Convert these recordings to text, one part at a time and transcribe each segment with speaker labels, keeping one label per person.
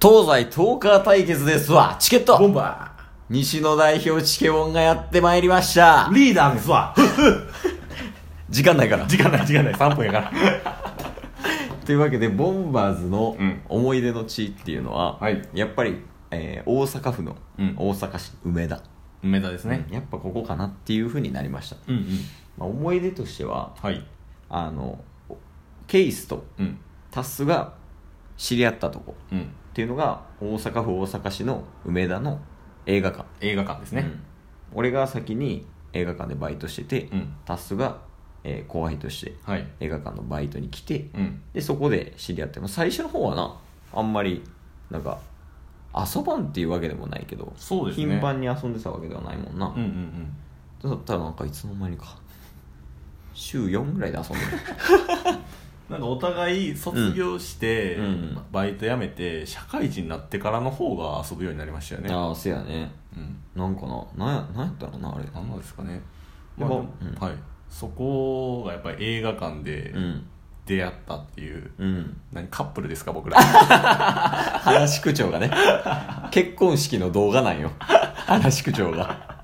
Speaker 1: 東西トーカー対決ですわ。チケッ
Speaker 2: ボン
Speaker 1: ト
Speaker 2: バ
Speaker 1: 西の代表チケボンがやってまいりました
Speaker 2: ー。リーダーですわ
Speaker 1: 時間ないから。
Speaker 2: 時間ない時間ない3分やから
Speaker 1: というわけで、ボンバーズの
Speaker 2: うん
Speaker 1: 思い出の地っていうのは、
Speaker 2: はい
Speaker 1: やっぱり、えー大阪府の、
Speaker 2: うん
Speaker 1: 大阪市梅田、
Speaker 2: 梅田ですね
Speaker 1: やっぱここかなっていうふうになりました。
Speaker 2: うんうん
Speaker 1: まあ、思い出としては、
Speaker 2: はい
Speaker 1: あの、ケイスと
Speaker 2: うん
Speaker 1: タスが知り合ったとこ
Speaker 2: うん
Speaker 1: っていうのが、大阪府大阪市の梅田の映画館。
Speaker 2: 映画館です
Speaker 1: う
Speaker 2: ね
Speaker 1: ん俺が先に映画館でバイトしてて、
Speaker 2: うん
Speaker 1: タスが、えー後輩として
Speaker 2: はい
Speaker 1: 映画館のバイトに来て、
Speaker 2: うん
Speaker 1: でそこで知り合ってもう最初の方はなあんまりなんか遊ばんっていうわけでもないけど
Speaker 2: そうですね
Speaker 1: 頻繁に遊んでたわけではないもんな、
Speaker 2: うんうんうん
Speaker 1: だったらなんかいつの間にか週4ぐらいで遊んでる
Speaker 2: なんかお互い卒業して、
Speaker 1: うんうん
Speaker 2: バイト辞めて社会人になってからの方が遊ぶようになりましたよ ね
Speaker 1: ああせやね
Speaker 2: うん
Speaker 1: なんかななんやなんやったのなあれ
Speaker 2: 何なんですかね、
Speaker 1: で
Speaker 2: まあ
Speaker 1: も
Speaker 2: でも
Speaker 1: うん
Speaker 2: はいそこがやっぱり映画館で
Speaker 1: うん
Speaker 2: 出会ったっていう、
Speaker 1: うん
Speaker 2: 何カップルですか 僕ら
Speaker 1: 話区長がね結婚式の動画なんよ話区長が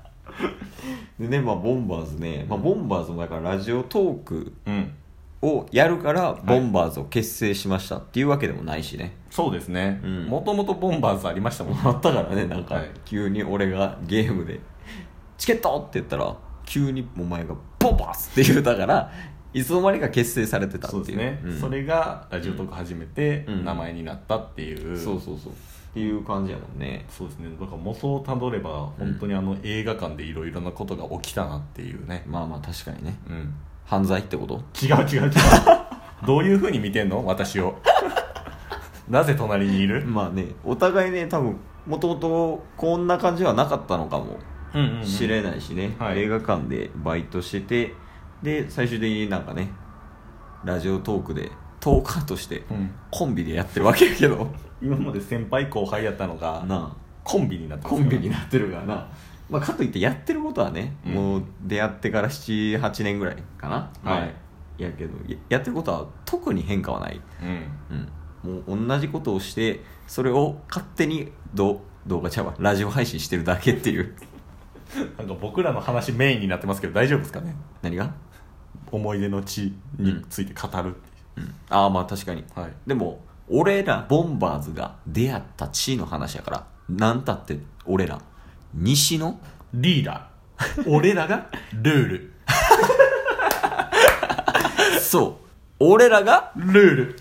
Speaker 1: でねまあボンバーズね、まあ、ボンバーズもだからラジオトーク
Speaker 2: うん
Speaker 1: をやるからボンバーズを結成しましたっていうわけでもないしね、
Speaker 2: そうですね
Speaker 1: うん
Speaker 2: もともとボンバーズありましたもん
Speaker 1: あったからねなんか
Speaker 2: はい
Speaker 1: 急に俺がゲームで「チケット!」って言ったら急にお前が「ボンバーズ!」って言うたからいつの間にか結成されてたってい
Speaker 2: そううですね、
Speaker 1: ん
Speaker 2: それがラジオトーク始めて
Speaker 1: うん
Speaker 2: 名前になったっていう、
Speaker 1: そうそうそうっていう感じやもんね
Speaker 2: そうですねだから元をたどれば本当にあの映画館でいろいろなことが起きたなっていうね
Speaker 1: まあまあ確かにね
Speaker 2: うん
Speaker 1: 犯罪ってこと
Speaker 2: 違う違う違う どういうふうに見てんの私を なぜ隣にいる、
Speaker 1: まあねお互いね多分もともとこんな感じはなかったのかも
Speaker 2: うんうんうん
Speaker 1: しれないしね、
Speaker 2: はい
Speaker 1: 映画館でバイトしててで最終的になんかねラジオトークでトーカーとして
Speaker 2: うん
Speaker 1: コンビでやってるわけやけ ど、
Speaker 2: 今まで先輩後輩やったのが
Speaker 1: な
Speaker 2: コンビになっ
Speaker 1: あ
Speaker 2: て
Speaker 1: コ
Speaker 2: ますから
Speaker 1: ンビになってるからな、まあ、かといってやってることはね、
Speaker 2: うん
Speaker 1: もう出会ってから78年ぐらいかな、
Speaker 2: はい
Speaker 1: やけどややってることは特に変化はない
Speaker 2: うん
Speaker 1: うん、もう同じことをしてそれを勝手にど動画ちゃうわラジオ配信してるだけっていう
Speaker 2: なんか僕らの話メインになってますけど大丈夫ですかね
Speaker 1: 何が、
Speaker 2: 思い出の地について語るってい
Speaker 1: うん、ああまあ確かに
Speaker 2: うはい
Speaker 1: でも俺らボンバーズが出会った地の話やから何たって俺ら西の
Speaker 2: リーダー俺らがルール
Speaker 1: そう俺らが
Speaker 2: ルール